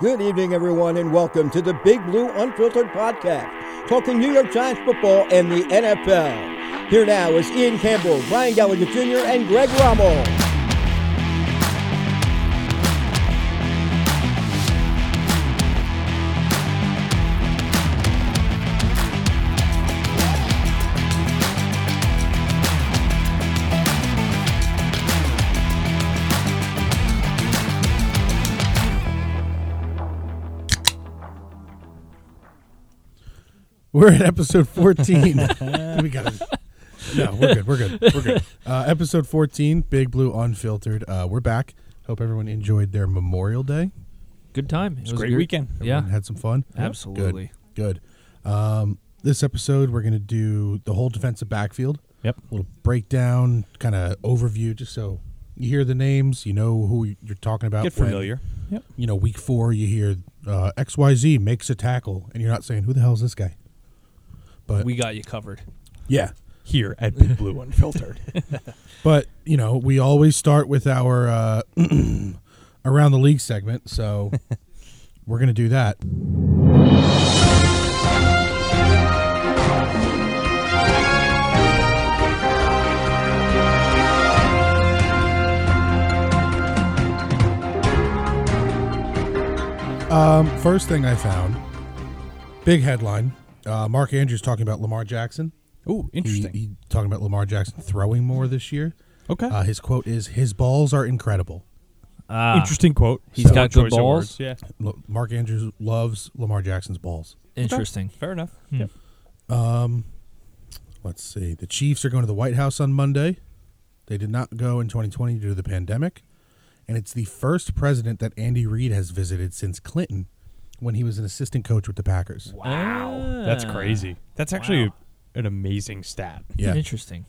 Good evening, everyone, and welcome to the Big Blue Unfiltered Podcast, talking New York Giants football and the NFL. Here now is Ian Campbell, Brian Gallagher Jr., and Greg Rommel. We're at episode 14. we got it. No, we're good. We're good. We're good. Uh, episode 14, Big Blue Unfiltered. Uh, we're back. Hope everyone enjoyed their Memorial Day. Good time. It was great good- weekend. Everyone Yeah, Had some fun. absolutely. Good. Um, this episode, we're going to do the whole defensive backfield. Yep. A little breakdown, kind of overview, just so you hear the names, you know who you're talking about. Get when, familiar. Yep. you know, week four, you hear uh, XYZ makes a tackle, and you're not saying, who the hell is this guy? But We got you covered. yeah. Here at Big Blue Unfiltered. But you know, we always start with our uh, around the league segment, so we're gonna do that. Um, first thing I found, big headline. Uh, Mark Andrews talking about Lamar Jackson. Ooh, He, interesting. he talking about Lamar Jackson throwing more this year. okay. Uh, his quote is, "His balls are incredible." Ah, interesting quote. He's He's got good balls? Yeah. Lo- Mark Andrews loves Lamar Jackson's balls. interesting. Fair enough. Hmm. Yep. Let's see. The Chiefs are going to the White House on Monday. They did not go in 2020 due to the pandemic, and it's the first president that Andy Reid has visited since Clinton, when he was an assistant coach with the Packers. Wow, That's crazy. Ah. That's actually Wow. an amazing stat. Yeah. Interesting.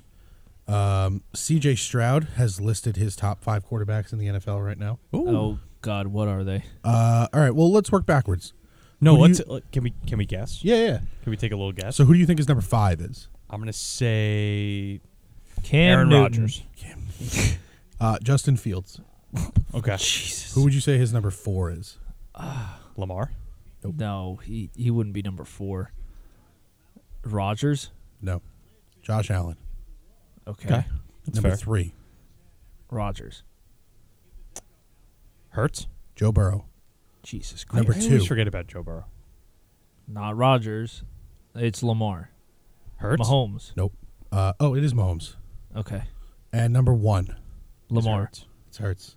Um, C.J. Stroud has listed his top five quarterbacks in the NFL right now. Ooh. Oh God, what are they? Uh, all right. Well, let's work backwards. who no, do let's let- can we can we guess? Yeah, yeah. Can we take a little guess? So, who do you think is number five is? I'm going to say Cam Aaron Newton. Rodgers. Uh, Justin Fields. Okay. Jesus. Who would you say his number four is? Lamar. No, he he wouldn't be number four. Rodgers. No. Josh Allen. Okay. Okay. That's number fair. three. Rodgers. Hurts. Joe Burrow. Jesus Christ. Number I always two. forget about Joe Burrow. Not Rodgers. It's Lamar. Hurts. Mahomes. Nope. Uh, oh, it is Mahomes. Okay. And number one. It's Lamar. Hurts. It's Hurts.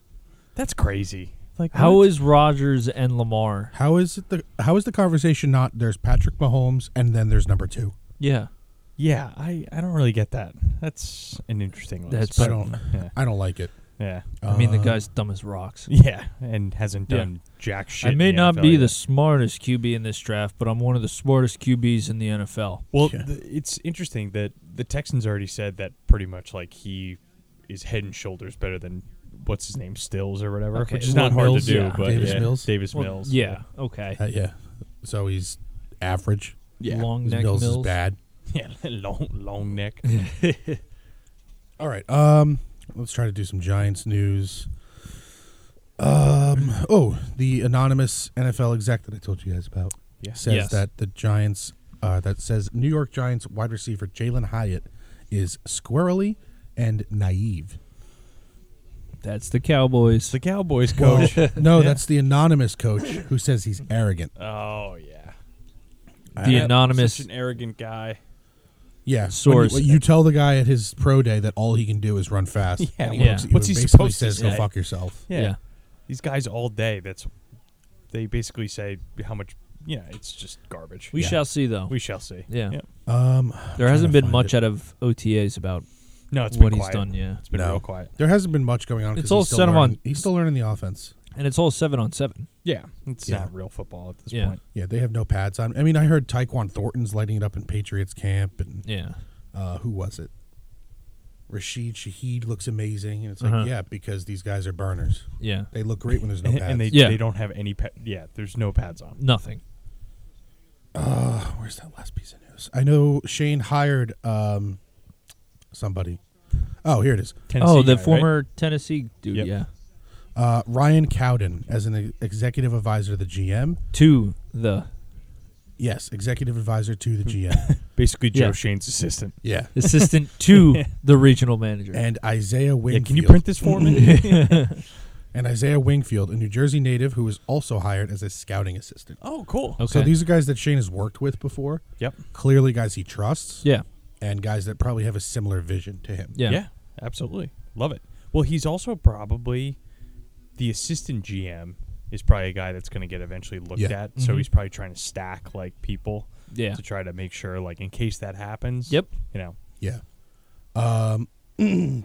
That's crazy. Like How what? is Rodgers and Lamar? How is it the how is the conversation not there's Patrick Mahomes and then there's number two? Yeah. Yeah, I I don't really get that. That's an interesting list. That's- I don't yeah. I don't like it. Yeah. I mean, the Uh, guy's dumb as rocks. Yeah, and hasn't Yeah. done jack shit. I in may the not NFL be yet. the smartest QB in this draft, but I'm one of the smartest QBs in the NFL. Well, Yeah. th- it's interesting that the Texans already said that pretty much like he is head and shoulders better than what's his name Stills or whatever, Okay, which is well, not hard Mills, to do. yeah. But Davis yeah, Mills? Davis Well, Mills, Yeah. Okay. Uh, yeah. So he's average. Long neck Mills, Mills. is bad. yeah, long long neck. All right. Um let's try to do some Giants news. Um oh, the anonymous NFL exec that I told you guys about. Yeah. says Yes. that the Giants uh, that says New York Giants wide receiver Jalen Hyatt is squirrely and naive. That's the Cowboys. the Cowboys coach. no, that's the anonymous coach who says he's arrogant. oh yeah, The Uh, anonymous. such an arrogant guy. yeah, when you- source. when You, tell the guy at his pro day that all he can do is run fast. Yeah, and yeah. looks at you What's and he basically supposed to says? Go say? fuck yourself. yeah. these guys all day. That's they basically say how much. Yeah, it's just garbage. We Yeah. shall see, though. we shall see. Yeah. Um, there I'm hasn't trying to been find much it. out of OTAs about No, it's what been he's quiet. done. Yeah. It's been No. real quiet. There hasn't been much going on. 'cause It's all he's still set him learning- on- He's still learning the offense. And it's all seven on seven. Yeah, it's Yeah. not real football at this Yeah. point. Yeah, they have no pads on. I mean, I heard Tyquan Thornton's lighting it up in Patriots camp, and Yeah. uh, who was it? Rashid Shaheed looks amazing, and it's like, Uh-huh. yeah, because these guys are burners. Yeah. They look great when there's no and, pads. and they Yeah. they don't have any pa- yeah there's no pads on Nothing. uh, where's that last piece of news? I know Shane hired um, somebody. Oh, here it is. Tennessee Oh, the guy, right? former Tennessee dude. Yep. Yeah. Uh, Ryan Cowden as an e- executive advisor to the GM. To the Yes, executive advisor to the GM. Basically, Joe Yeah. Shane's assistant. yeah. assistant to the regional manager. And Isaiah Yeah, Wingfield. can you print this for me? And Isaiah Wingfield, a New Jersey native who was also hired as a scouting assistant. oh, cool. okay. So these are guys that Shane has worked with before. Yep. Clearly, guys he trusts. yeah. And guys that probably have a similar vision to him. Yeah. Yeah, absolutely. Love it. Well, he's also probably the assistant GM is probably a guy that's going to get eventually looked Yeah. at. So Mhm. he's probably trying to stack like people Yeah. to try to make sure like in case that happens. Yep. You know. Yeah. Um,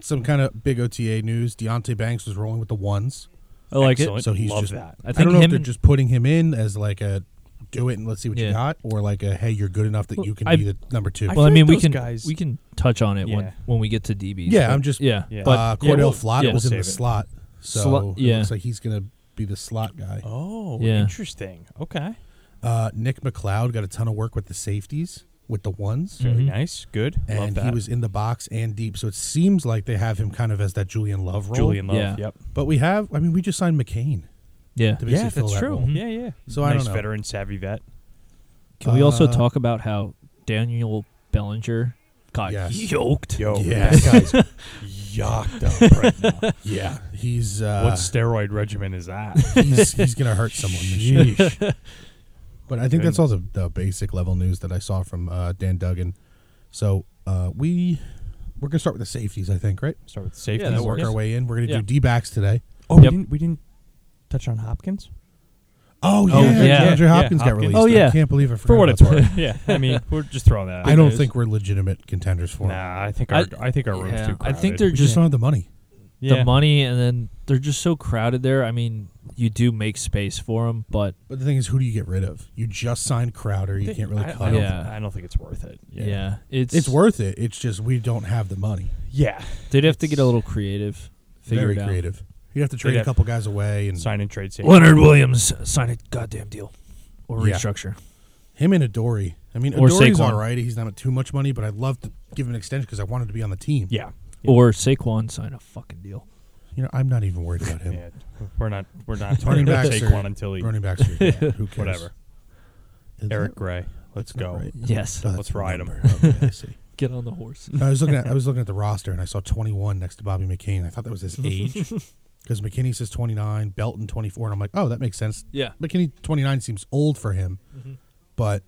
some kind of big OTA news. Deontay Banks was rolling with the ones. I like Excellent. it. So he's Love just. that. I I, think don't know if him they're and- just putting him in as like a do it and let's see what you Yeah. got, or like a hey, you're good enough that Well, you can I- be the number two. I Well, I, feel like mean, we those can guys- we can touch on it Yeah. when when we get to DBs. yeah, but- I'm just. yeah. Yeah. But uh, Yeah, Cordell we'll- Flott yeah, was in save the it. slot, so Slot- it yeah. looks like he's gonna be the slot guy. Oh, Yeah. interesting. Okay. Uh, Nick McLeod got a ton of work with the safeties with the ones, Very nice. Good. Mm-hmm. Love and that. he was in the box and deep. So it seems like they have him kind of as that Julian Love role. Julian Love. Yeah. Yep. but we have. I mean, we just signed McCain. yeah. To Yeah, basically fill that's that true. role. Mm-hmm. Yeah, yeah. So I nice don't know. veteran, savvy vet. Can we also Uh, talk about how Daniel Bellinger got Yes. yoked? Yo, Yeah. that guy's yacked up right now. Yeah, he's uh, what steroid regimen is that? he's he's gonna hurt someone this year. But I think that's Goodness. all the, the basic level news that I saw from uh, Dan Duggan. So uh, we we're gonna start with the safeties, I think, right? Start with safety. Yeah, that We'll work works. our way in. We're gonna Yeah. do D backs today. Oh, Yep. we, didn't, we didn't touch on Hopkins? Oh yeah, Oh, yeah. DeAndre Yeah, Hopkins got Hopkins. released. Oh, yeah. I can't believe I forgot For what about it's that. worth. yeah. I mean, we're just throwing that out. I don't Because- think we're legitimate contenders for him. Nah, I think I- our I, think our room's yeah, too I crowded. think they're We just just don't have the money. yeah. the money, and then they're just so crowded there. I mean, you do make space for them, but But the thing is, who do you get rid of? You just signed Crowder. You They- can't really I, cut I him. don't, Yeah. I don't think it's worth it. yeah, it's It's worth it. It's just we don't have the money. Yeah. They'd have to get a little creative, figure Very it out. creative. You have to trade They'd a have- couple guys away, and Sign and trade safety. Leonard Williams sign a goddamn deal or Yeah. restructure. him and Adori. I mean, Or Adori's Saquon. all right. He's not too much money, but I'd love to give him an extension because I wanted to be on the team. Yeah. Or Saquon sign a fucking deal. You know, I'm not even worried about him. Yeah. We're not we're not Running talking about backs Saquon are- until he Running backs, are, yeah, who cares? whatever. Is that- Eric Gray. Let's that's not go. right. Yes, No, that's Let's the ride him. number. Okay, I see. get on the horse. I was looking at I was looking at the roster and I saw 21 next to Bobby McCain. I thought that was his age because McKinney says 29, Belton 24, and I'm like, oh, that makes sense. Yeah, McKinney 29 seems old for him, Mm-hmm. but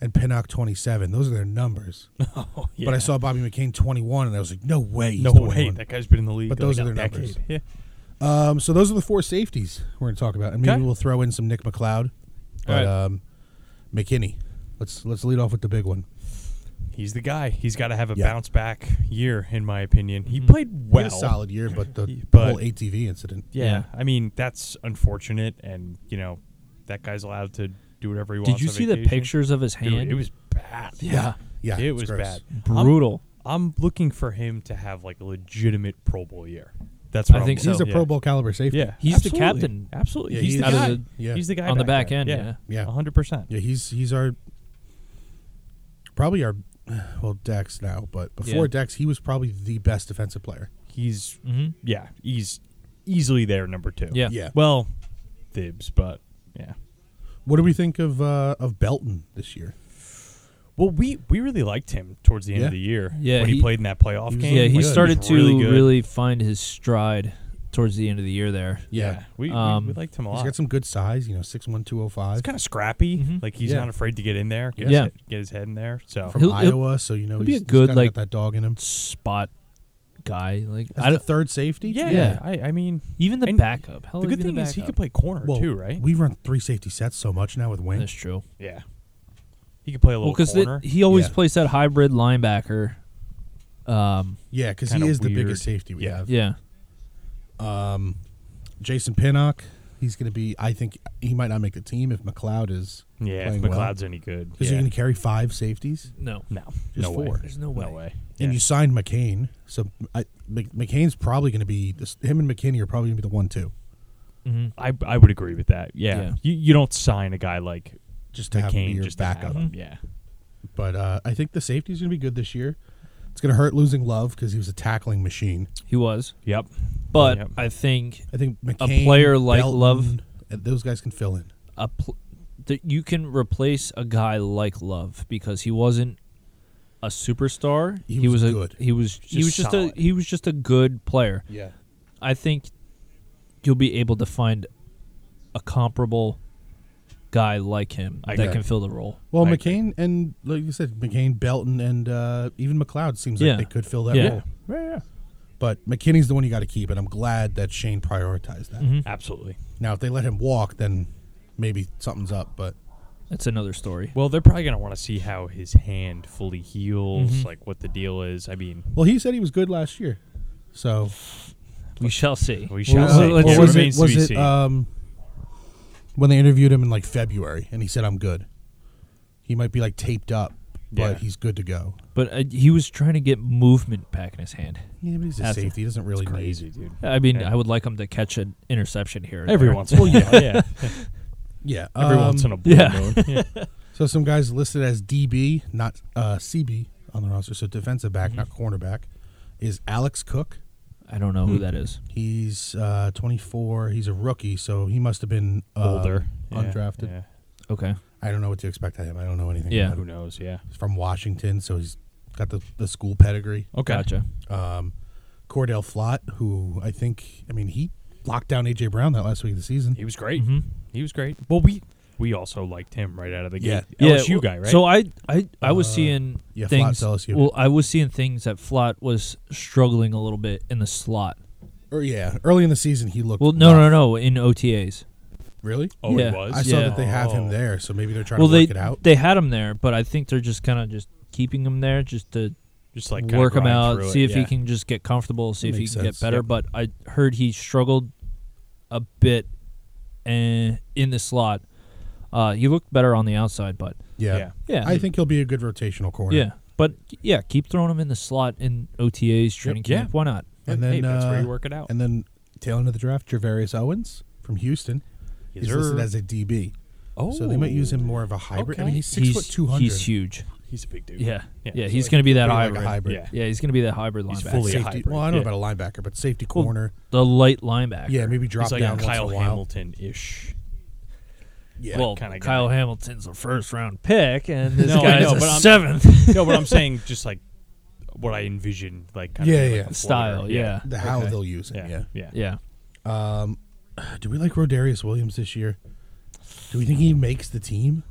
and Pinnock 27. Those are their numbers. Oh, yeah. But I saw Bobby McCain 21, and I was like, no way. He's no 21. way. That guy's been in the league. But like those a are their decade. numbers. Yeah. Um, so those are the four safeties we're going to talk about, and maybe Okay. we'll throw in some Nick McLeod, but All right. um, McKinney. Let's let's lead off with the big one. He's the guy. He's got to have a Yeah. bounce back year, in my opinion. Mm-hmm. He played He well. had a solid year, but the But- whole ATV incident. Yeah. Yeah. I mean, that's unfortunate, and you know, that guy's allowed to do whatever he wants. did you on see the vacation. pictures of his hand? Dude, it was bad. yeah, Yeah, it it's was gross. bad. brutal. I'm, I'm looking for him to have like a legitimate Pro Bowl year. That's I what I'm think so. He's a yeah. Pro Bowl caliber safety. Yeah, He's the Absolutely. captain. Absolutely, Yeah, he's, he's the out of guy. the- yeah. He's the guy On the back back there. end, yeah. 100. percent Yeah, he's he's our probably our well Dex now, but before Yeah. Dex, he was probably the best defensive player. He's hmm yeah, he's easily there number two. Yeah. Yeah. Well, Thibs, but yeah. What do we think of uh, of Belton this year? Well, we we really liked him towards the end Yeah. of the year. Yeah, when he, he- played in that playoff he was game. Yeah, Like, he good. started was to really really, good. find his stride towards the end of the year there. Yeah, We, we- Um, we liked him a lot. He's got some good size, you know, six one two oh He's five kind of scrappy. Mhm. Like he's Yeah. not afraid to get in there. Get Yeah. his, get his head in there. So from He'll- he'll- Iowa, so you know he's, he'll be a he's good, kinda like, got that dog in him. Spot guy, like As I the don't, third safety. yeah, Yeah. I, I mean, even the and backup. Hell, the good even thing the is he could backup. play corner too, right? We run three safety sets so much now with Wayne. That's true. yeah, he could play a Well, little because corner. he always Yeah. plays that hybrid linebacker. Um, yeah, because he Kinda is the weird. biggest safety we Yeah. have. yeah, Um, Jason Pinnock, he's going to be. I think he might not make the team if McLeod is. yeah, if playing well. McLeod's any good. Because Yeah. you're going to carry five safeties. no, no, Just no way. four. there's no way. No way. And Yeah. you signed McCain, so I, Mc- McCain's probably going to be this, him and McKinney are probably going to be the one two. hmm I, I would agree with that. Yeah. Yeah. You you don't sign a guy like Just to have him be McCain your just back backup. up. Yeah. But uh, I think the safety's going to be good this year. It's going to hurt losing Love because he was a tackling machine. He was. Yep. But Yep. I think I think McCain, a player like Belton, Love, and those guys can fill in. a pl- that you can replace a guy like Love because he wasn't a superstar. He was a good. he was he Just was just solid. a he was just a good player. Yeah. I think you'll be able to find a comparable guy like him I that agree. can fill the role. Well, I agree. McCain and like you said, McCain, Belton, and uh, even McLeod seems Yeah. like they could fill that Yeah. role. Yeah, yeah. But McKinney's the one you got to keep, and I'm glad that Shane prioritized that. Mm-hmm. Absolutely. Now, if they let him walk, then maybe something's up. But That's another story. Well, they're probably going to want to see how his hand fully heals, Mm-hmm. like what the deal is. I mean, well, he said he was good last year, so We shall see. we shall Well, see. let's- It Or was remains it, to was be it, seen. um, when they interviewed him in like February, and he said, "I'm good." He might be like taped up, but Yeah. he's good to go. But uh, he was trying to get movement back in his hand. Yeah, but he's a That's- safety. He doesn't really need. crazy, dude. I mean, Yeah. I would like him to catch an interception here. or Every there. once in a while, yeah. Yeah, Every um, once in a blue yeah. moon. Yeah. So some guys listed as DB, not uh, CB on the roster. So defensive back, not cornerback, is Alex Cook. I don't Hmm. know who that is. He's uh, 24. He's a rookie, so he must have been um, Older, Yeah, undrafted. yeah. Okay. I don't know what to expect of him. I don't know anything. Yeah. about Who him. knows? Yeah. He's from Washington, so he's got the, the school pedigree. Okay. Gotcha. Um, Cordell Flott, who I think, I mean, he locked down AJ Brown that last week of the season. He was great. Mm-hmm. He was great. Well, we we also liked him right out of the Yeah. gate. LSU well, guy, right? So I I, I was Uh, seeing yeah, Flott's things. LSU. Well, I was seeing things that Flott was struggling a little bit in the slot. Or yeah, early in the season he looked. Well, no, rough. no, no, in OTAs. really. oh, yeah. he was. I saw Yeah. that they have him Oh. there, so maybe they're trying Well, to they work it out. they had him there, but I think they're just kind of just keeping him there just to Just like kinda work him grind out, through see it, if he yeah. can just get comfortable, That see if he makes can sense. get better. Yep. But I heard he struggled a bit eh, in the slot. Uh, he looked better on the outside, but yeah. yeah. yeah, I think he'll be a good rotational corner. yeah, but yeah, keep throwing him in the slot in OTAs training yeah. camp. Why not? and Hey, then that's where uh, you work it out. and then tail end of the draft, Javarius Owens from Houston. Yes, He's listed sir. as a DB, oh, so they might use him more of a hybrid. I mean, Okay. he's six foot two hundred. He's huge. He's a big dude. Yeah, yeah, Yeah. So, he's going to be that Like hybrid. a hybrid. Yeah. Yeah, he's going to be that hybrid He's linebacker. fully a Safety, hybrid, well, I don't yeah. know about a linebacker, but safety Well, corner. the light linebacker. yeah, maybe drop He's like down a once Kyle in a while. Hamilton ish. Yeah. well, kinda guy. Kyle Hamilton's a first round pick, and this No, I guy's know, a but I'm- seventh no, but I'm saying just like what I envisioned, like kind Yeah, of yeah. like a style. floater. Yeah, the how Okay. they'll use him. yeah, Yeah. yeah, yeah. Do we like Rodarius Williams this year? Do we think he makes the team?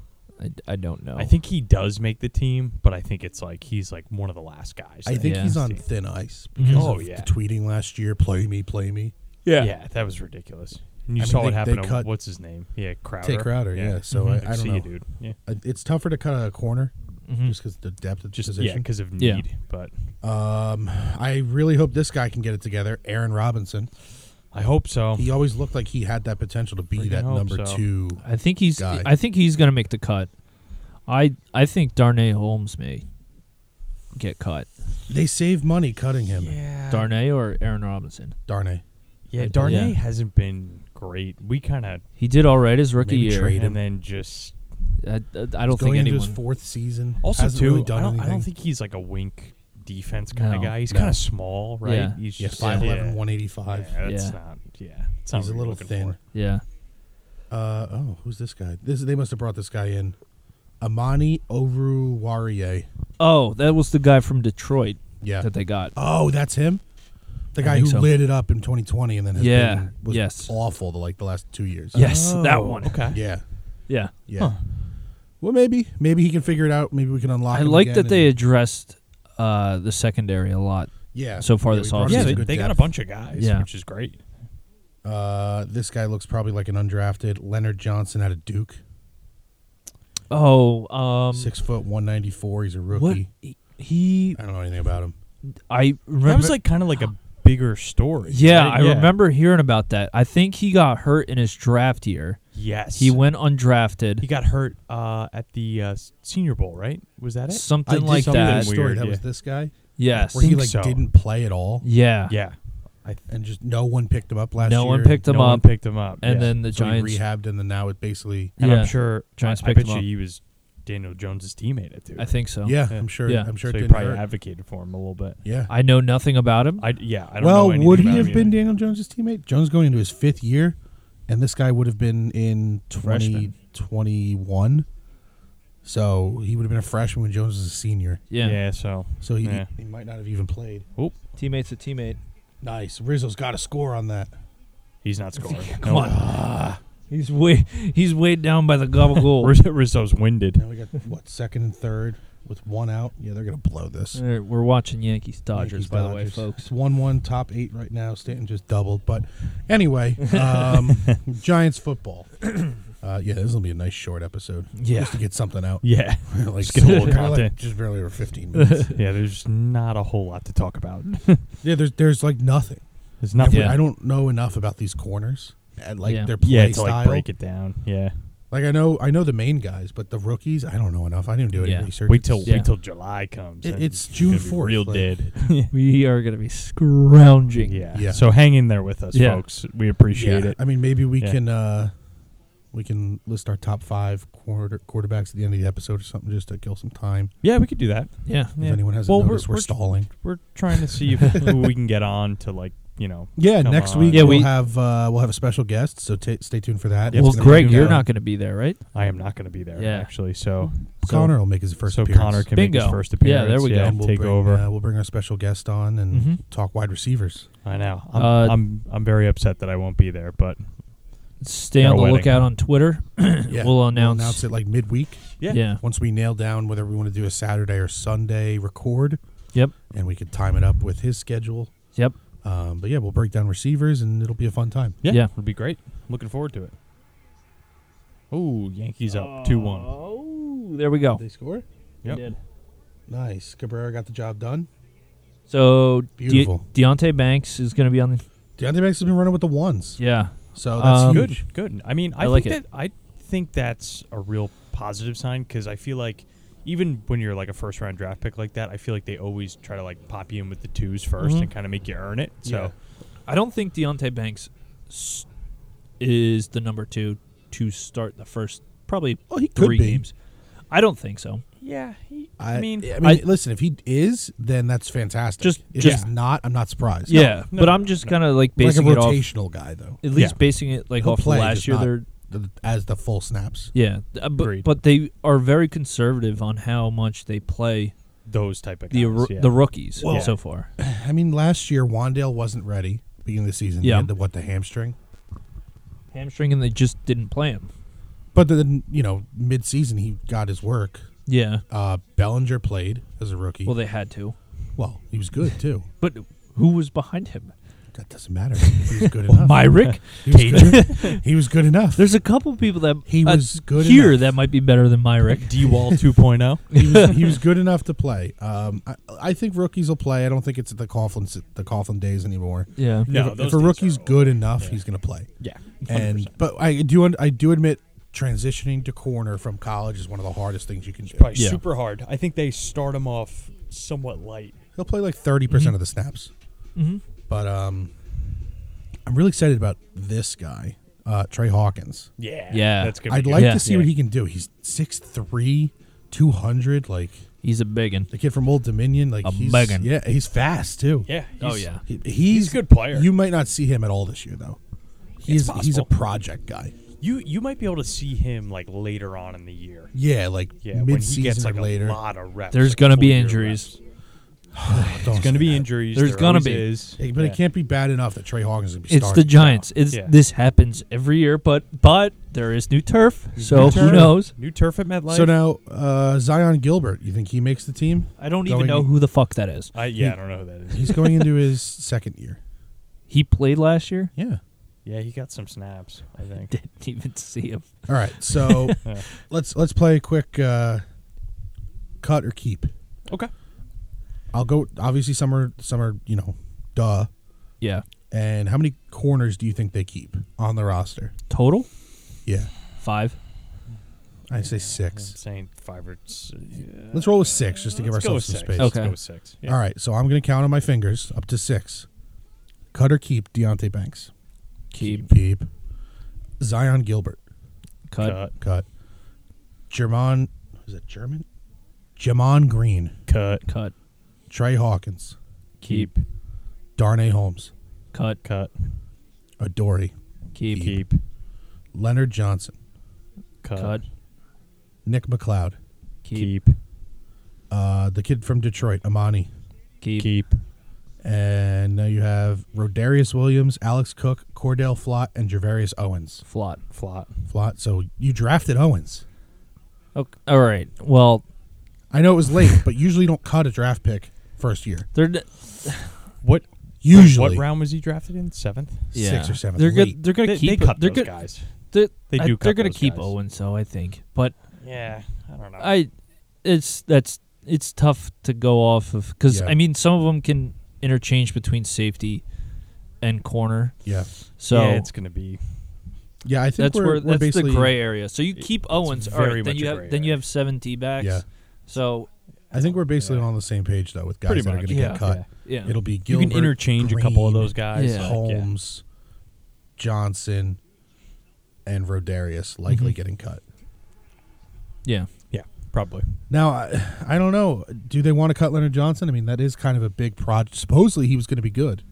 I, I don't know. I think he does make the team, but I think it's like he's like one of the last guys. I think Yeah. he's on thin ice because Oh, of yeah. the tweeting last year. Play me, play me. yeah. that was ridiculous. And you I mean, saw they- what they happened. to, cut- what's his name? Yeah, Crowder. Tay Crowder, yeah. So I, I don't see know. you, dude. Yeah, Uh, It's tougher to cut a corner Mhm. just because the depth of the Mm-hmm. just yeah, position. because of Yeah. need. But Um, I really hope this guy can get it together. Aaron Robinson. I hope so. He always looked like he had that potential to be Freaking that hope number so. two. I think he's. guy. I think he's going to make the cut. I I think Darnay Holmes may get cut. They save money cutting him. yeah, Darnay or Aaron Robinson. Darn it. yeah, Darnay Yeah. hasn't been great. We kind of He did all right his rookie Maybe year. trade Hate him. and then just I, I, I don't Going think into anyone. his fourth season. also hasn't too. really done I, don't, I anything. don't think he's like a wink defense kind No. of guy. He's No. kind of small, right? Yeah. He's yeah, just 5'11", yeah. 185. Yeah, that's Yeah. not. Yeah, He's it's not a what you're little looking thin. for. yeah, Uh, oh, who's this guy? This They must have brought this guy in. Amani Oruwariye. Oh, that was the guy from Detroit Yeah. that they got. Oh, that's him? The guy who think so. lit it up in 2020 and then has Yeah, been, was yes. awful the, like the last two years. Uh, yes, that Oh, one. Okay. Yeah. Yeah, Yeah. Well, maybe. Maybe he can figure it out. Maybe we can unlock I him like again that and- they addressed uh, the secondary a lot. yeah. so far yeah, this we brought offseason. in Yeah, some they, good they got a depth. bunch of guys, Yeah. which is great. Uh, this guy looks probably like an undrafted Leonard Johnson out of Duke. Oh, um, Six foot, 194. He's a rookie. what he? I don't know anything about him. I remember. That was like kind of like a bigger story. yeah, right? I remember hearing about that. I think he got hurt in his draft year. Yes, He went undrafted. He got hurt uh, at the uh, Senior Bowl, right? Was that it? I something did like something that. Story. Weird, that was yeah. this guy Yes. where he think like so. didn't play at all, Yeah. yeah, I, and just no one picked him up last year. No one picked him no one up, picked him up, and yeah. then the So he Giants. rehabbed, and then now it basically and yeah. I'm sure Giants I, I picked him bet you up. he was Daniel Jones's teammate at two. I think so. Yeah, Yeah. I'm sure. Yeah. I'm sure so it he didn't probably hurt. advocated for him a little bit. yeah. I know nothing about him. I yeah. I don't know Well, anything would about he have him been either. Daniel Jones's teammate? Jones going into his fifth year, and this guy would have been in Freshman. 2021. So he would have been a freshman when Jones was a senior. yeah. Yeah. So So he, Yeah. he might not have even played. Teammate's a teammate. Nice. Rizzo's got a score on that. he's not scoring. Come No. on. He's way he's weighed down by the gobble goal. Riz- Rizzo's winded. Now we got, what, second and third with one out? Yeah, they're going to blow this. We're we're watching Yankees Dodgers, Yankees, by the way, Dodgers. folks. It's 1 1, top eight right now. Stanton just doubled. But anyway, um, Giants football. Uh, yeah, this will be a nice short episode. Yeah. Just to get something out. Yeah. like Just get a little we're like content. just barely over 15 minutes. yeah. There's not a whole lot to talk about. yeah, there's there's like nothing. There's nothing. Yeah. I don't know enough about these corners and like Yeah. their play Yeah. to style. like break it down. Yeah. Like I know I know the main guys, but the rookies, I don't know enough. I didn't do any Yeah. research. Wait till Yeah. wait till July comes. It- and it's June gonna be 4th, Real like- dead. We are gonna be scrounging. Yeah. Yeah. So hang in there with us, Yeah. folks. We appreciate Yeah, it. I mean, maybe we Yeah. can uh we can list our top five quarter quarterbacks at the end of the episode or something just to kill some time. Yeah, we could do that. Yeah. If Yeah. anyone hasn't Well, we're- noticed, we're, we're- stalling. We're trying to see if, who we can get on to like you know. Yeah, Come next on. week Yeah, we'll we- have uh, we'll have a special guest, so ta stay tuned for that. well, It's gonna be uh, Greg, June you're Allen. not gonna be there, right? I am not going to be there Yeah. actually. So so- Connor will make his first so appearance. Connor can make Bingo. his first appearance. Yeah, there we go. and we'll take bring, over. Uh, we'll bring our special guest on and Mhm. talk wide receivers. I know. I'm, Uh, I'm I'm very upset that I won't be there, but Stay Got on a the wedding. lookout on Twitter. Yeah, We'll announce- it like midweek Yeah. yeah. once we nail down whether we want to do a Saturday or Sunday record, Yep. and we could time it up with his schedule. Yep. Um, but yeah, we'll break down receivers, and it'll be a fun time. yeah, Yeah. it'll be great. Looking forward to it. Oh, Yankees up two one. Oh, there we go. They score Yep. nice. Cabrera got the job done. So De- Beautiful. Deontay Banks is going to be on the Deontay Banks has been running with the ones, yeah. so that's Um, huge. Good, good. I mean, I, I like think it. that I think that's a real positive sign because I feel like even when you're like a first round draft pick like that, I feel like they always try to like pop you in with the 2s 1st Mhm. and kind of make you earn it. So I don't think Deontay Banks s- is the number two to start the first probably Oh, he could three be. games. I don't think so. yeah, he, I, I mean, I I- mean, listen. If he is, then that's fantastic. Just- if just- he's not, I'm not surprised. yeah, no, but I'm just no. kind of like like a basing it off. rotational guy though, At least Yeah. basing it like He'll off of play, last just year, not- they're th- as the full snaps. yeah, uh, but, Agreed. but they are very conservative on how much they play those type of guys. the ro- yeah. the rookies Well- so far. I mean, last year Wandale wasn't ready beginning of the season. He Yeah. had the, what the hamstring, Hamstring, and they just didn't play him. but then you know mid-season he got his work. Yeah, Uh, Bellinger played as a rookie. well Well, they had to, he was good too. but who was behind him? That doesn't matter. He was good enough. Myrick. he, was good, he was good enough. There's a couple people that He uh, was good here enough. that might be better than Myrick. D Wall 2.0. he, was, he was good enough to play. Um, I, I think rookies will play. I don't think it's the Coughlin s- the Coughlin days anymore. Yeah. No, if, those if a days rookie's are over. good enough, he's going to play. yeah. And but I do un- I do admit transitioning to corner from college is one of the hardest things you can do. Probably Yeah. super hard. I think they start him off somewhat light. He'll play like 30% percent Mm-hmm. of the snaps. Mhm. But um, I'm really excited about this guy, uh, Trey Hawkins. Yeah. Yeah. That's good. I'd like Yeah. to see what he can do. He's 6'3", 200, like He's a big one. the kid from Old Dominion. Like A he's biggin. yeah, he's fast too. Yeah. Oh, he's- yeah. He- he's, He's a good player. You might not see him at all this year though. He's he's a possible. project guy. You you might be able to see him like later on in the year. Yeah, like Yeah, when he mid-season gets like or later. a lot of reps. There's like gonna be full-year injuries. reps. Don't There's gonna say be that. injuries. There's there gonna always be. is. Yeah, But Yeah. it can't be bad enough that Trey Hawkins is going to be It's starting. the Giants. It's Yeah. this happens every year, but but there is new turf, so new who turf. knows? New turf at MetLife. So now uh, Zion Gilbert, you think he makes the team? I don't Going- even know who the fuck that is. I, yeah, I don't know who that is. He's going into his second year. He played last year. Yeah. Yeah, he got some snaps. I think. Didn't even see him. All right. So Yeah. let's let's play a quick uh, cut or keep. Okay. I'll go. Obviously, some are some are you know, duh. Yeah. And how many corners do you think they keep on the roster? Total Yeah, five. I say I'm six. saying five or. s- Yeah. Let's roll with six just to give uh, Let's go ourselves with some six. space. Okay. Let's go with six. Yeah. All right. So I'm gonna count on my fingers up to six. Cut or keep Deontay Banks. Keep Keep. Zion Gilbert. cut. Cut. Cut. Jermon. is that German? Jamon Green, Cut, Cut. Trey Hawkins, Keep. Darnay Holmes, Cut. cut, Adori, Keep. keep, Leonard Johnson, cut, Cut. Nick McLeod, Keep. keep, uh, the kid from Detroit, Amani, Keep. keep, and now you have Rodarius Williams, Alex Cook, Cordell Flott, and Javarius Owens. Flot. flop. Flott, so you drafted Owens. Okay. All right. Well, I know it was late, but usually you don't cut a draft pick first year. they're d- What? Usually, What round was he drafted in? Seventh. yeah. six or seven. They're late. good. They're gonna They, keep. they cut they're those good. guys. They, They do I, cut they're gonna those keep guys. Owen, so I think. But Yeah, I don't know. I, it's that's it's tough to go off of because Yeah. I mean some of them can interchange between safety and corner. Yeah, So yeah, it's gonna be yeah. I think that's we're, where we're that's the basically gray area. So you It- keep Owens, all very right, then much you a have gray then you area. have seven D backs. Yeah. So I think we're basically Yeah. on the same page though with guys Pretty that are much, going to yeah. get cut. yeah, It'll be you Gilbert, can interchange a couple of Green, those guys. Yeah. like, Holmes, Johnson, and Rodarius likely Mm-hmm. getting cut. yeah. yeah, probably. Now I, I don't know. Do they want to cut Leonard Johnson? I mean, that is kind of a big project. Supposedly he was going to be good.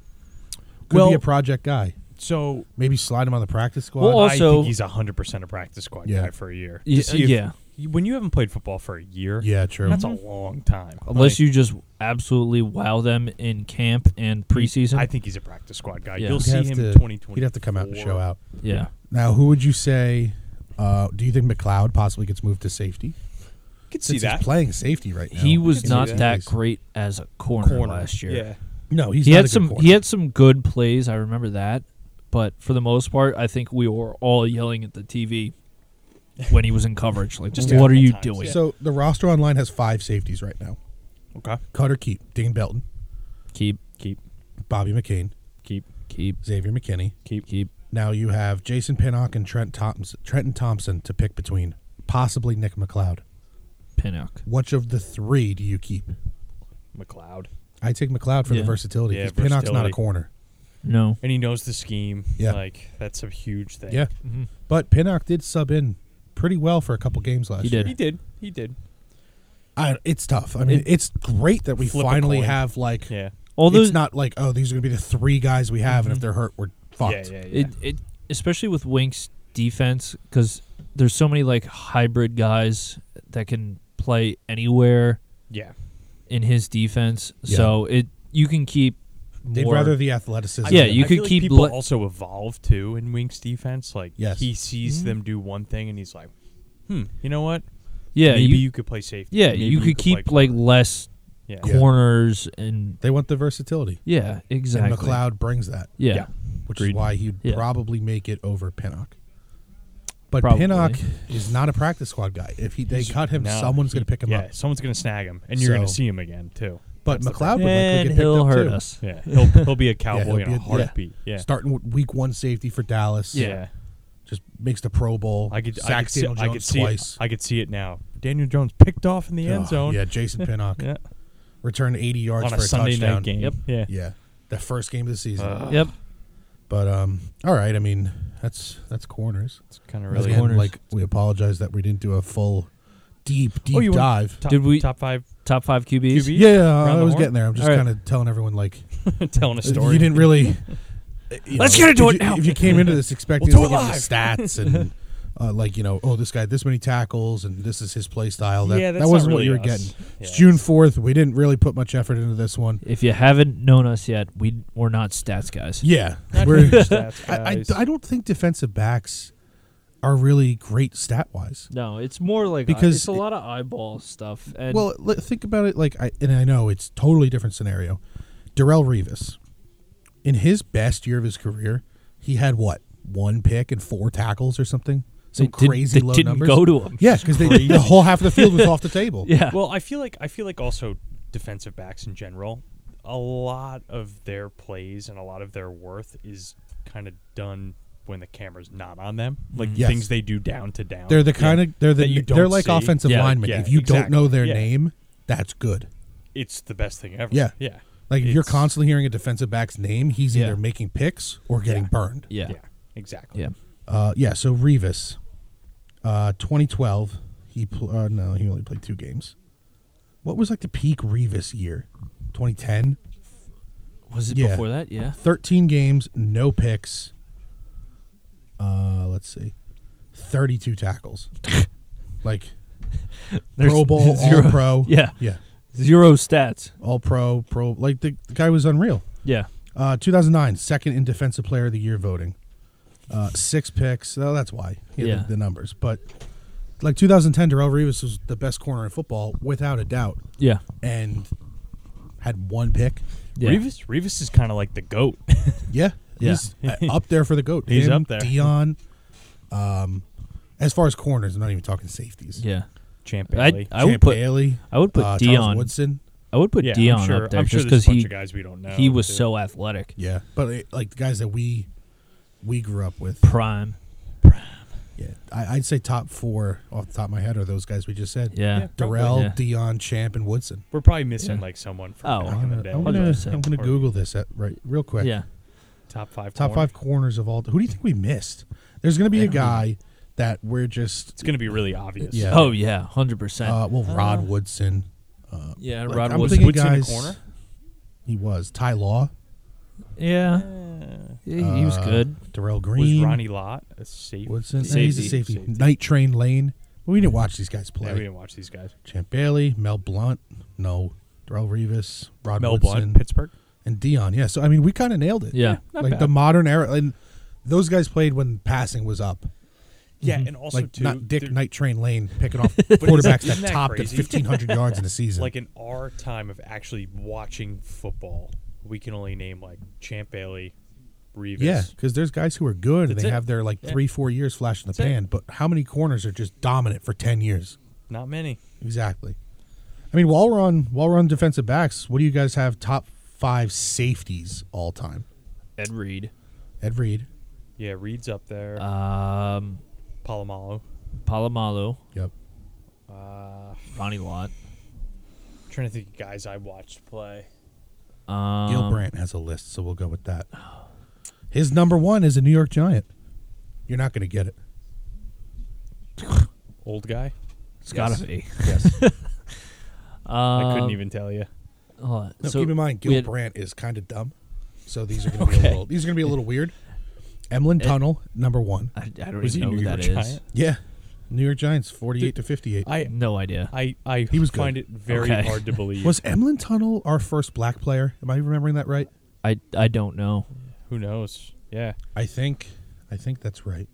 Could Well- be a project guy. So Maybe slide him on the practice squad. Well, I also- think he's hundred percent a practice squad Yeah. guy for a year. Yeah, uh, To see if- yeah. you- when you haven't played football for a year, yeah, true. that's a long time. Unless Like, you just absolutely wow them in camp and preseason. I think he's a practice squad guy. Yeah. You'll He'd see have him to- twenty twenty. He'd have to come out and show out. yeah. Now, who would you say? Uh, do you think McLeod possibly gets moved to safety? Could see Since that he's playing safety right now. He was He's not in that place. great as a corner, corner last year. Yeah, No, he's he not a had good some corner. he had some good plays. I remember that, but for the most part, I think we were all yelling at the TV when he was in coverage. Like, Just a what are couple you times, doing? yeah. So the roster online has five safeties right now: Okay. Cutter Keep, Dean Belton, Keep, Keep, Bobby McCain, keep, keep, Xavier McKinney. keep, keep. Now you have Jason Pinnock and Trent Thompson, Trenton Thompson to pick between, possibly Nick McLeod. Pinnock. Which of the three do you keep? McLeod, I take McLeod for Yeah. the versatility Yeah, because Pinnock's not a versatility. corner. No. and he knows the scheme. Yeah. like that's a huge thing. Yeah, Mhm. but Pinnock did sub in pretty well for a couple games last He year. did. he did, he did. I, it's tough. I mean, It- it's great that we Flip a finally coin. have like. Yeah, All those Mm-hmm. it's not like oh these are gonna be the three guys we have, and if they're hurt, we're fucked. yeah, yeah, yeah. it, it especially with Wink's defense because there's so many like hybrid guys that can play anywhere yeah. in his defense. So it you can keep. They'd more- rather the athleticism. Yeah, than- you I could feel like keep people let- also evolve too in Wink's defense. Like Yes. he sees Mm-hmm. them do one thing and he's like, hmm, you know what? yeah Maybe you, you, could play safety. yeah Maybe you could play keep like corner. less yeah. Yeah. corners and They want the versatility. yeah exactly And McLeod brings that, yeah. Yeah. which Agreed. is why he'd Yeah. probably make it over Pinnock. But Probably. Pinnock is not a practice squad guy. If he, they cut him, No, someone's he- going to pick him yeah, up. someone's gonna snag him, and you're gonna So- see him again too. But That's the McLeod would likely get and picked he'll up hurt too. us Yeah, he'll he'll be a he'll cowboy be in a- a yeah. heartbeat. Yeah, Starting with week one safety for Dallas. yeah. Just makes the Pro Bowl. I could I Sack could see Daniel I Jones could see twice. it. I could see it now. Daniel Jones picked off in the Oh, end zone. Yeah, Jason Pinnock. Yeah. Returned 80 yards on for a Sunday touchdown. night game. Yep. Yeah. Yeah. The first game of the season. Uh. yep But um, all right. I mean, that's that's corners. It's kind of Really, really. Again, corners. like we apologize that we didn't do a full deep deep Oh, you want- dive. Top, Did we- top five top five QBs QB? yeah, yeah, Around I the was horn? getting there. I'm just All right. kind of telling everyone like telling a story? you didn't really. you Let's know, get into if it you- now. If you came into this expecting We'll to do it look at the stats and uh, like you know, oh, this guy had this many tackles and this is his play style. That, Yeah, that's that not wasn't what really you were us. getting. Yeah. It's June fourth. We didn't really put much effort into this one. if you haven't known us yet we we're not stats guys Yeah, Not we're- huge stats, I, I, guys. I don't think defensive backs are really great stat wise. no it's more like uh, Because it's a lot of eyeball stuff and Well, li- think about it. Like, I and I know it's totally different scenario. Darrell Revis, in his best year of his career, he had what one pick and four tackles or something. they Some did- crazy they low didn't numbers. go to him Yeah, because the whole half of the field was off the table. yeah Well, I feel like I feel like also defensive backs in general, a lot of their plays and a lot of their worth is kind of done when the camera's not on them. Like Mm-hmm. Yes. things they do down to down. They're the kind of they're the That you they're don't like see. offensive Yeah, linemen. yeah, if you don't exactly. know their Yeah. name, that's good. it's the best thing ever. Yeah. Yeah. Like if you're It's- constantly hearing a defensive back's name, he's Yeah. either making picks or getting Yeah. burned. yeah Yeah. Exactly. yeah Uh, yeah, so Revis, uh, 2012, He pl- uh, no, he only played two games. What was like the peak Revis year? 2010, Was it Yeah. before that? Yeah. 13 games, no picks. Uh, let's see, 32 tackles. like Pro Bowl, zero, All Pro. Yeah. yeah, Zero stats. All Pro, Pro. Like the, the guy was unreal. Yeah. Uh, 2009, second in Defensive Player of the Year voting. Uh, six picks. Oh, that's why. He had Yeah. the, the numbers. But like 2010, Darrell Revis was the best corner in football, without a doubt, Yeah. and had one pick. Yeah. Revis Revis is kind of like the goat. Yeah. Yeah. He's uh, up there for the GOAT. He's Him, up there. Dion. Um, as far as corners, I'm not even talking safeties. Yeah. Champ I Bailey. I would Champ put Bailey. I would put uh, Charles Dion. Woodson. I would put yeah, Dion I'm sure, up there I'm sure just because there's a bunch he of guys we don't know. he was too. so athletic. Yeah. But uh, like the guys that we we grew up with. Prime. Yeah, I, I'd say top four off the top of my head are those guys we just said. Yeah. Darrell, Yeah. Dion, Champ, and Woodson. We're probably missing Yeah. like someone from Oh, back I'm in the gonna, day. I'm was gonna, gonna say, I'm gonna Google this at, right real quick. Yeah. top five. Top corner. five corners of all. Who do you think we missed? There's gonna be a guy that we're just. It's gonna be really obvious. Yeah. Oh yeah, hundred percent. Uh, well, Rod Uh-huh. Woodson. Uh, yeah, like, Rod I'm Woodson. thinking Woodson a guys- corner? He was Ty Law, yeah, Uh, Yeah, he was uh, good. Darrell was Green, Ronnie Lott a safe? Woodson. Safety. No, he's a safety. Night Train Lane. But we didn't watch these guys Yeah, we play. didn't watch these guys. Champ Bailey, Mel Blunt. No, Darrell Revis, Rod Mel Woodson, Blunt, Pittsburgh. and Dion. Yeah, so I mean, we kind of nailed it. Yeah. Not like bad. the modern era, and those guys played when passing was up. Yeah, and also Mm-hmm. like too, not Dick there- Night Train Lane picking off quarterbacks that isn't that topped crazy? at fifteen hundred yards in a season. like in our time of actually watching football, we can only name like Champ Bailey, Revis. yeah, because there's guys who are good and That's they it. have their like three, four years flash in the it. pan. But how many corners are just dominant for ten years? not many. Exactly. I mean, while we're on while we're on defensive backs, what do you guys have top five safeties all time? Ed Reed. Ed Reed. Yeah, Reed's up there. Um, Palomalo. Palomalu, Yep. Uh, Ronnie Lott, trying to think of guys I watched play. um, Gil Brandt has a list, so we'll go with that. His number one is a New York Giant. You're not going to get it. Old guy. It's gotta be. Yes. Yes. no, Um, I couldn't even tell you. Hold on. keep in mind, Gil we had- Brandt is kind of dumb, so these are going to be a little. These are going to be a little weird. Emlyn Tunnel, number one. I, I don't Was even know he New who York that is. Giant? Yeah, New York Giants, forty-eight to fifty-eight. I No idea. I I He was good. find it very Okay. hard to believe. Was Emlyn Tunnel our first black player? Am I remembering that right? I I don't know. Who knows? Yeah. I think, I think that's right.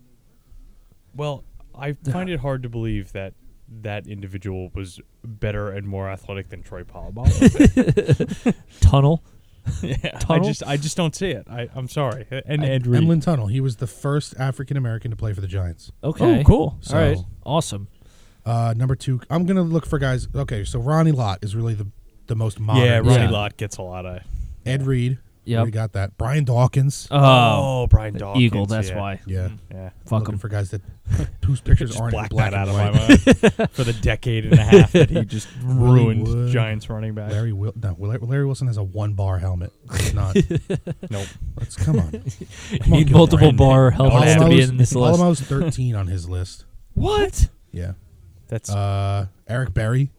Well, I find it hard to believe that that individual was better and more athletic than Troy Polamalu. Tunnel. yeah, I Tunnel? just I just don't see it. I I'm sorry. And Ed Reed. Emlyn Tunnel. He was the first African American to play for the Giants. Okay. Oh, cool. So- All right. Awesome. Uh, number two, I'm gonna look for guys. Okay, so Ronnie Lott is really the the most modern. yeah, Ronnie Yeah. Lott gets a lot of. Ed Reed. Yep. we got that. Brian Dawkins. Oh, Brian the Dawkins. Eagle. That's yeah. why. yeah, Yeah. Fuck looking him. for guys that whose pictures Just aren't in black black and that out of white. my mind for the decade and a half that he just Willie ruined Wood. Giants running back. Larry Wil- no, Larry Larry Wilson has a one bar helmet. It's not. Nope. Let's come on. Come on, Need Gil multiple Brandt. bar helmets to be Palomalu's- in this list. Palomalu's 13 on his list. What? Yeah. That's Uh, Eric Berry.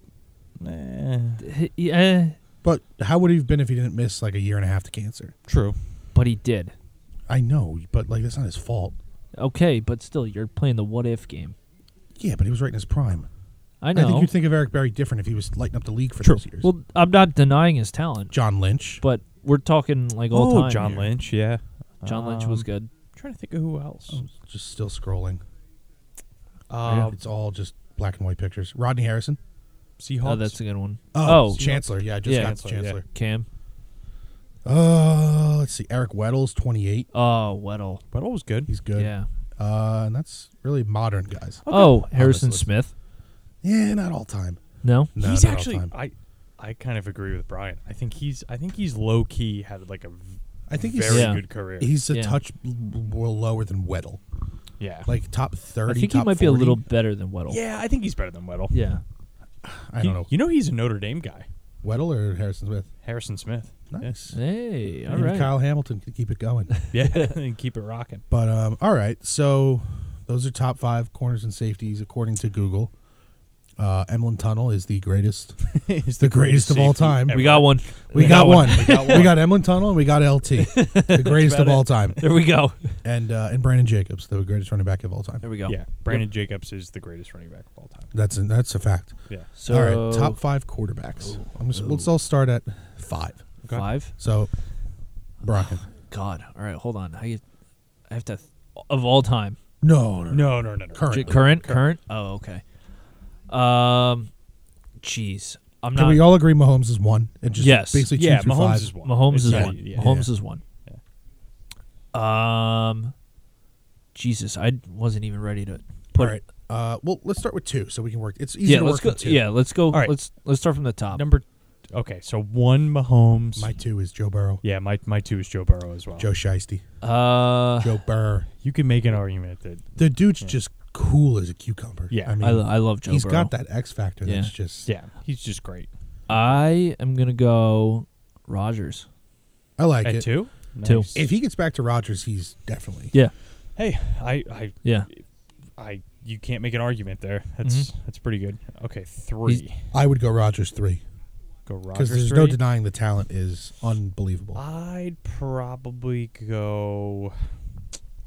Yeah, But how would he have been if he didn't miss like a year and a half to cancer? true. but he did. I know, but like that's not his fault. Okay, but still, you're playing the what if game. Yeah, but he was right in his prime. I know. think you'd think of Eric Berry different if he was lighting up the league for those years. Well, I'm not denying his talent, John Lynch. but we're talking like all oh, time. John here. Lynch. Yeah. John Lynch was good. Oh, trying to think of who else. Just still scrolling. Oh, Uh, it's all just black and white pictures. Rodney Harrison. Seahawks. Oh, that's a good one. Oh, Oh, Chancellor. Yeah, I just Yeah. got Chancellor. Chancellor, Cam. Uh, let's see. Eric Weddle's 28. Oh, Weddle. Weddle was good. He's good. Yeah. Uh, and that's really modern guys. Oh, Harrison list. Smith. Yeah, not all time. No. No, he's not all actually. time. I I kind of agree with Brian. I think he's. I think he's low key had like a. v- I think he's- very Yeah. good career. He's a Yeah. touch l- l- lower than Weddle. yeah. Like top 30. I think he top might be a 40. little better than Weddle. yeah, I think he's better than Weddle. Yeah. I don't know. You know he's a Notre Dame guy. Weddle or Harrison Smith? Harrison Smith. Nice. Hey. All Maybe right. Kyle Hamilton could keep it going. Yeah, and keep it rocking. But um, all right, so those are top five corners and safeties according to Google. Uh, Emlyn Tunnel is the greatest. He's the greatest of all safety time. ever. We got one. We, got, one. We got one. Emlyn Tunnel and we got LT, the greatest of about all time, There we go. and uh, and Brandon Jacobs, the greatest running back of all time. There we go. Yeah, Brandon Jacobs is the greatest running back of all time. That's a, that's a fact. Yeah. So all right, top five quarterbacks. I'm just, let's all start at five. five. So, Brocken. God. All right. Hold on. I get- I have to th- of all time. No, no, no. No, no, no, no. Current. J- current, current. Oh, okay. Um, jeez. I'm Can not. we all agree Mahomes is one? And just Yes. basically two Yeah, through Mahomes five. is one. Mahomes is Yeah, one. yeah, Mahomes yeah. is one. Um, Jesus, I wasn't even ready to All put. right. Uh, well, let's start with two, so we can work. It's easy Yeah, to let's work go. with two. Yeah, let's go. All right. Let's let's start from the top. Number. Okay, so one Mahomes. My two is Joe Burrow, yeah, my my two is Joe Burrow as well. Joe Shiesty, Uh, Joe Burr. You can make an argument that The dude's just cool as a cucumber. Yeah. I mean, I, lo- I love Joe. he's Burrow. got that X factor. Yeah. That's just. yeah, he's just great. I am gonna go Rogers. I like At it. two, Two. Nice. If he gets back to Rodgers, he's definitely. Yeah, hey, I, I, yeah. I, you can't make an argument there. That's Mm-hmm. that's pretty good. Okay, three. I would go Rodgers three go Rodgers. because there's no three. denying the talent is unbelievable. Uh, I'd probably go.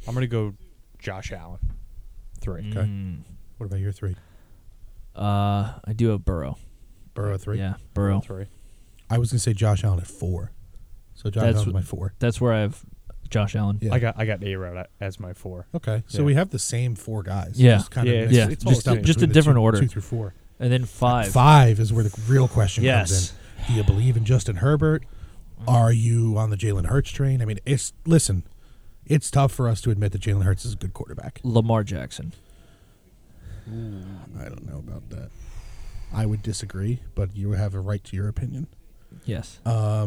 I'm gonna go Josh Allen. Three. Okay. What about your three? Uh, I do have Burrow. Burrow at three. Yeah, Burrow. Three. I was gonna say Josh Allen at four. So Josh That's Allen's wh- my four. That's where I have Josh Allen. Yeah. I got I got A Rod as my four. Okay. So Yeah. we have the same four guys. Yeah. Just kind of Yeah, mixed- yeah. it's Just all a- up just a between the different two- order. Two through four. And then five. Five is where the real question Yes. comes in. Do you believe in Justin Herbert? Are you on the Jalen Hurts train? I mean, it's listen, it's tough for us to admit that Jalen Hurts is a good quarterback. Lamar Jackson. I don't know about that. I would disagree, but you have a right to your opinion. Yes. Uh,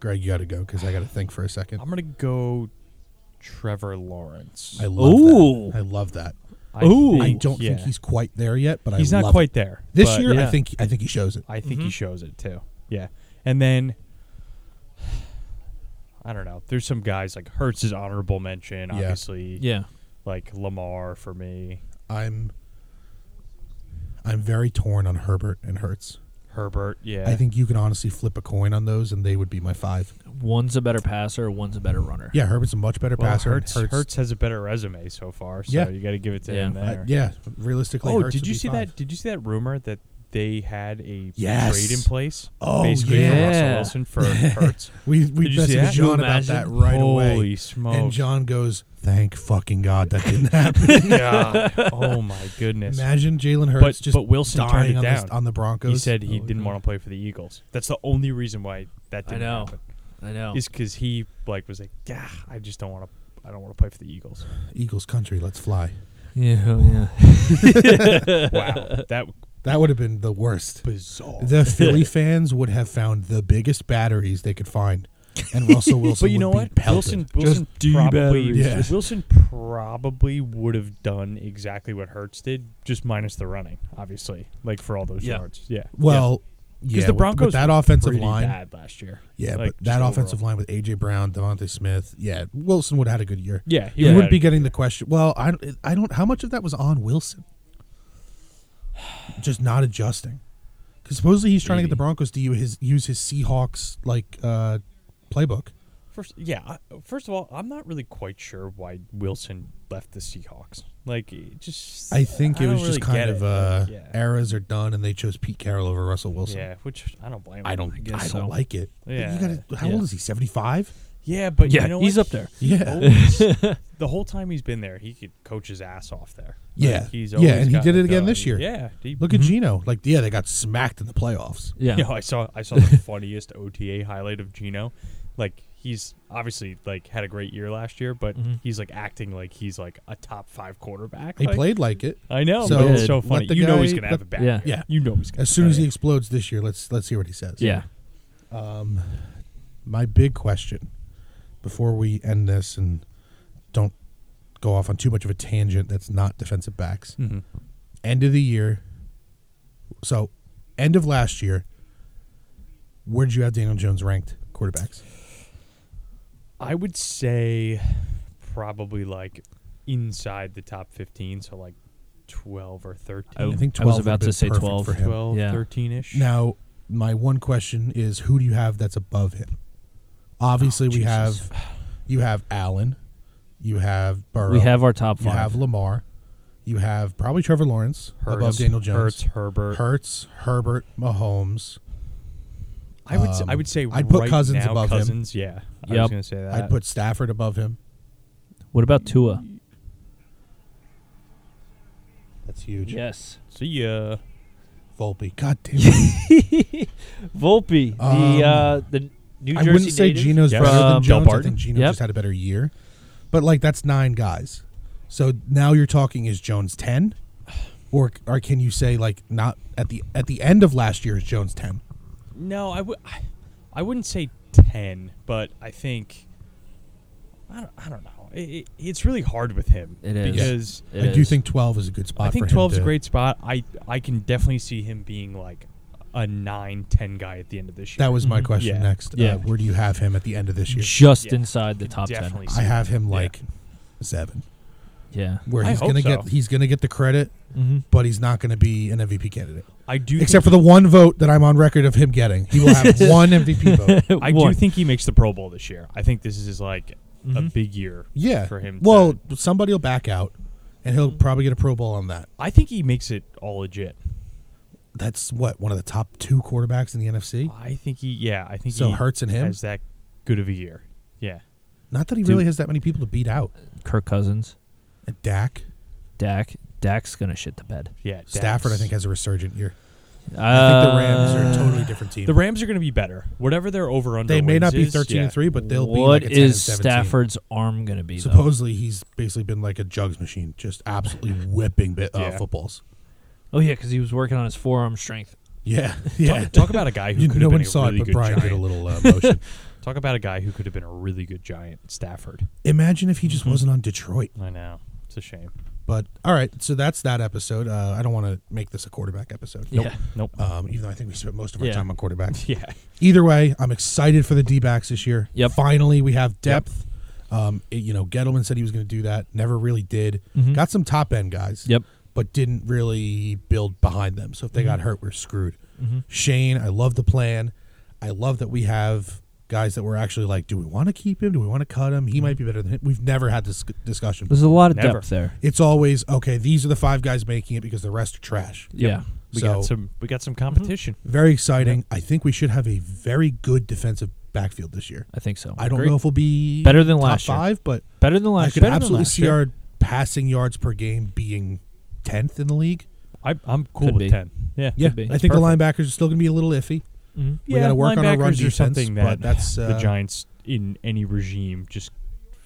Greg, you got to go because I got to think for a second. I'm gonna go Trevor Lawrence. I love Ooh. that. I love that. I Ooh. I don't yeah. think he's quite there yet, but he's I not love quite it. there this but year. I yeah. think I think he shows it. I think Mm-hmm. he shows it too. Yeah, and then I don't know. There's some guys like Hertz is honorable mention, Yeah. obviously. yeah. like Lamar for me, I'm I'm very torn on Herbert and Hurts. Herbert. Yeah, I think you can honestly flip a coin on those, and they would be my five. One's a better passer. One's a better runner. Yeah, Herbert's a much better well, passer. and Hurts, Hurts has a better resume so far. So Yeah. you got to give it to Yeah. him I- there. uh, yeah, realistically. Oh, Hurts did would you be see five. that? Did you see that rumor that they had a Yes. trade in place? Oh, basically yeah. for Russell Wilson for Hurts. We we Did you messaged see that? John Can you about that imagine? right away. Holy smokes! And John goes, "Thank fucking God that didn't happen." God. Oh my goodness. Imagine Jalen Hurts But- just but Wilson turned dying it on, this- down. on the Broncos. He said he Oh, didn't want to play for the Eagles. That's the only reason why that I didn't know. Oh. happen. I know. Is because he like was like, yeah, I just don't want to. I don't want to play for the Eagles. Eagles country, let's fly. yeah. oh, Yeah. Wow, that That would have been the worst. bizarre. The Philly fans would have found the biggest batteries they could find, and Russell Wilson. but you know would be what? Wilson pelted. Wilson D probably batteries. Yeah. Wilson probably would have done exactly what Hertz did, just minus the running, obviously. Like for all those Yeah. yards. Yeah. Well, yeah, because with- the with Broncos that were offensive pretty line. bad last year. Yeah, Like, but that just offensive overall. line with AJ Brown, Devontae Smith, yeah, Wilson would have had a good year. Yeah, you would would be getting the question. Well, I I don't. How much of that was on Wilson? Just not adjusting, because supposedly he's trying to get the Maybe. Broncos to use his use his Seahawks like uh, playbook. First, yeah. I- First of all, I'm not really quite sure why Wilson left the Seahawks. Like, it just I think it don't was just really get kind of it. uh, yeah. eras are done, and they chose Pete Carroll over Russell Wilson. Yeah, which I don't blame. I him. don't. I, guess don't so. like it. But Yeah. You gotta, how Yeah. old is he? Seventy five. Yeah, but yeah. you know he's what? up there. Yeah. Always- the whole time he's been there, he could coach his ass off there. Yeah. Like, he's Yeah, always and he gotten did it again done. this year. Yeah, he- Look at Gino. Like, yeah, they got smacked in the playoffs. Yeah. You know, I saw I saw the funniest OTA highlight of Gino. Like he's obviously like had a great year last year, but he's like acting like he's like a top five quarterback. Mm-hmm. He Like, played like it. I know. So but it's so let funny. the You know he's guy- gonna let- have a bad Yeah. year. Yeah. You know he's gonna. As soon as he he explodes this year, let's let's hear what he says. Yeah. My big question before we end this and don't go off on too much of a tangent that's not defensive backs. Mm-hmm. Mhm. End of the year. So, end of last year, where did you have Daniel Jones ranked quarterbacks? I would say probably like inside the top fifteen, so like 12 or 13. I, think I 12 was would about be to say perfect 12. for him. 12, Yeah. 13 ish. Now, my one question is who do you have that's above him? Obviously, we Oh, Jesus. have you have Allen, you have Burrow, We have our top you five. have Lamar, you have probably Trevor Lawrence above Daniel Jones, Hurts, Herbert. Hurts, Herbert, Mahomes. I would s I would say um, I'd put right Cousins now, above him. Cousins, yeah. I Yep. was going to say that. I'd put Stafford above him. what about Tua? That's huge. Yes. See ya. Volpe. God damn. it. Volpe, Um, the uh, the New I Jersey wouldn't say native. Geno's Yes. better than From Jones. I Delbart. think Geno Yep. just had a better year, but like that's nine guys. So now you're talking is Jones ten, or or can you say like not at the at the end of last year is Jones ten? No, I would. I wouldn't say ten, but I think. I don't. I don't know. It, it, it's really hard with him. It is. because It I do is. think twelve is a good spot. I think for him 12 is a to- great spot. I I can definitely see him being like a 9, 10 guy at the end of this year. That was my question Yeah. next. Mm-hmm. Yeah. Uh, where do you have him at the end of this year? just Yeah. inside the Could top definitely I see have him like seven, ten. Yeah. where I he's hope gonna so. get he's gonna get the credit, Mm-hmm. but he's not gonna be an MVP candidate. I do. Except for think the one vote that I'm on record of him getting, he will have one MVP vote. he- I do think he makes the Pro Bowl this year. I think this is like a Mm-hmm. Mhm. big year. Yeah. for him to- Well, somebody will back out, and he'll probably get a Pro Bowl on that. I think he makes it all legit. That's what one of the top two quarterbacks in the NFC. I think he. Yeah, I think So he Hurts and him? has that good of a year. Yeah. Not that he Dude. really has that many people to beat out. Kirk Cousins, And Dak, Dak, Dak's gonna shit the bed. Yeah, Stafford, I Dax. think has a resurgent year. Uh, I think the Rams are a totally different team. The Rams are going to be better. Whatever their over under. they may not be thirteen and three, but they'll what be like a 10 and is 17. Stafford's arm gonna be? though? Supposedly, he's basically been like a jugs machine, just absolutely whipping bit, uh, Yeah. footballs. Oh yeah, because he was working on his forearm strength. Yeah, yeah. Talk, talk about a guy who You- could no have one been a saw it, really but good Brian giant. did a little uh, motion. Talk about a guy who could have been a really good giant. Stafford. Imagine if he Mm-hmm. just wasn't on Detroit. I know. It's a shame. But all right, so that's that episode. Uh, I don't want to make this a quarterback episode. Yeah. Nope. Um, even though I think we spent most of our Yeah. time on quarterback. yeah. Either way, I'm excited for the D backs this year. Yep. Finally, we have depth. Um, it- you know, Gettleman said he was going to do that. Never really did. Mm-hmm. Mhm. Got some top end guys. Yep. But didn't really build behind them. So if they Mm-hmm. got hurt, we're screwed. Shane, I love the plan. I love that we have guys that we're actually like, do we want to keep him? Do we want to cut him? He Mm-hmm. might be better than him. We've never had this discussion. There's a lot of Never. depth there. It's always okay. These are the five guys making it because the rest are trash. Yeah. We So- mm-hmm. got some. We got some competition. Very exciting. I think we should have a very good defensive backfield this year. I think so. I don't Agreed. know if we'll be Better than top last year. five, but Better than I last could year. Better than absolutely last see year. our passing yards per game being tenth in the league. I, I'm cool Could with be. ten. Yeah. Yeah, be. I think the linebackers are still going to be a little iffy. Mhm. we got to work on our run linebackers are defense, something but that that's uh, the Giants in any regime just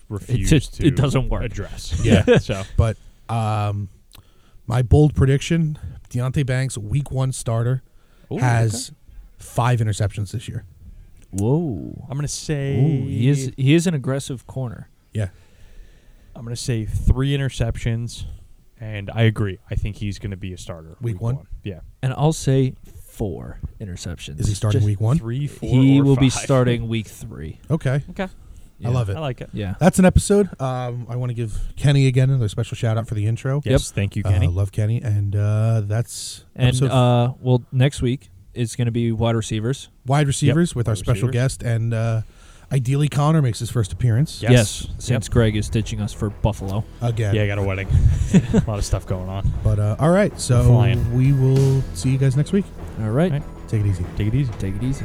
refuse just- to. it doesn't work. Address. Yeah. so But um, my bold prediction: Deontay Banks, week one starter, Ooh, has five interceptions this year. Whoa. I'm gonna say. Ooh, he is he is an aggressive corner. Yeah, I'm gonna say three interceptions, and I agree. I think he's gonna be a starter. Week one? Yeah. And I'll say four interceptions. is he starting Just- week one? Three, four. He or will be five. starting week three. Okay, Okay. I love it. I like it. Yeah. That's an episode. Um, I want to give Kenny again another special shout out for the intro. Yes. Thank you, Kenny. Uh, love Kenny, and uh, that's And episode uh, well, next week it's going to be wide receivers. wide receivers with our wide special receivers. guest, and uh, ideally Connor makes his first appearance Yes. since Greg is ditching us for Buffalo. again. yeah. I got a wedding. a lot of stuff going on. But uh, all right, so Flying. we will see you guys next week. All right, All right. Take it easy. Take it easy. take it easy.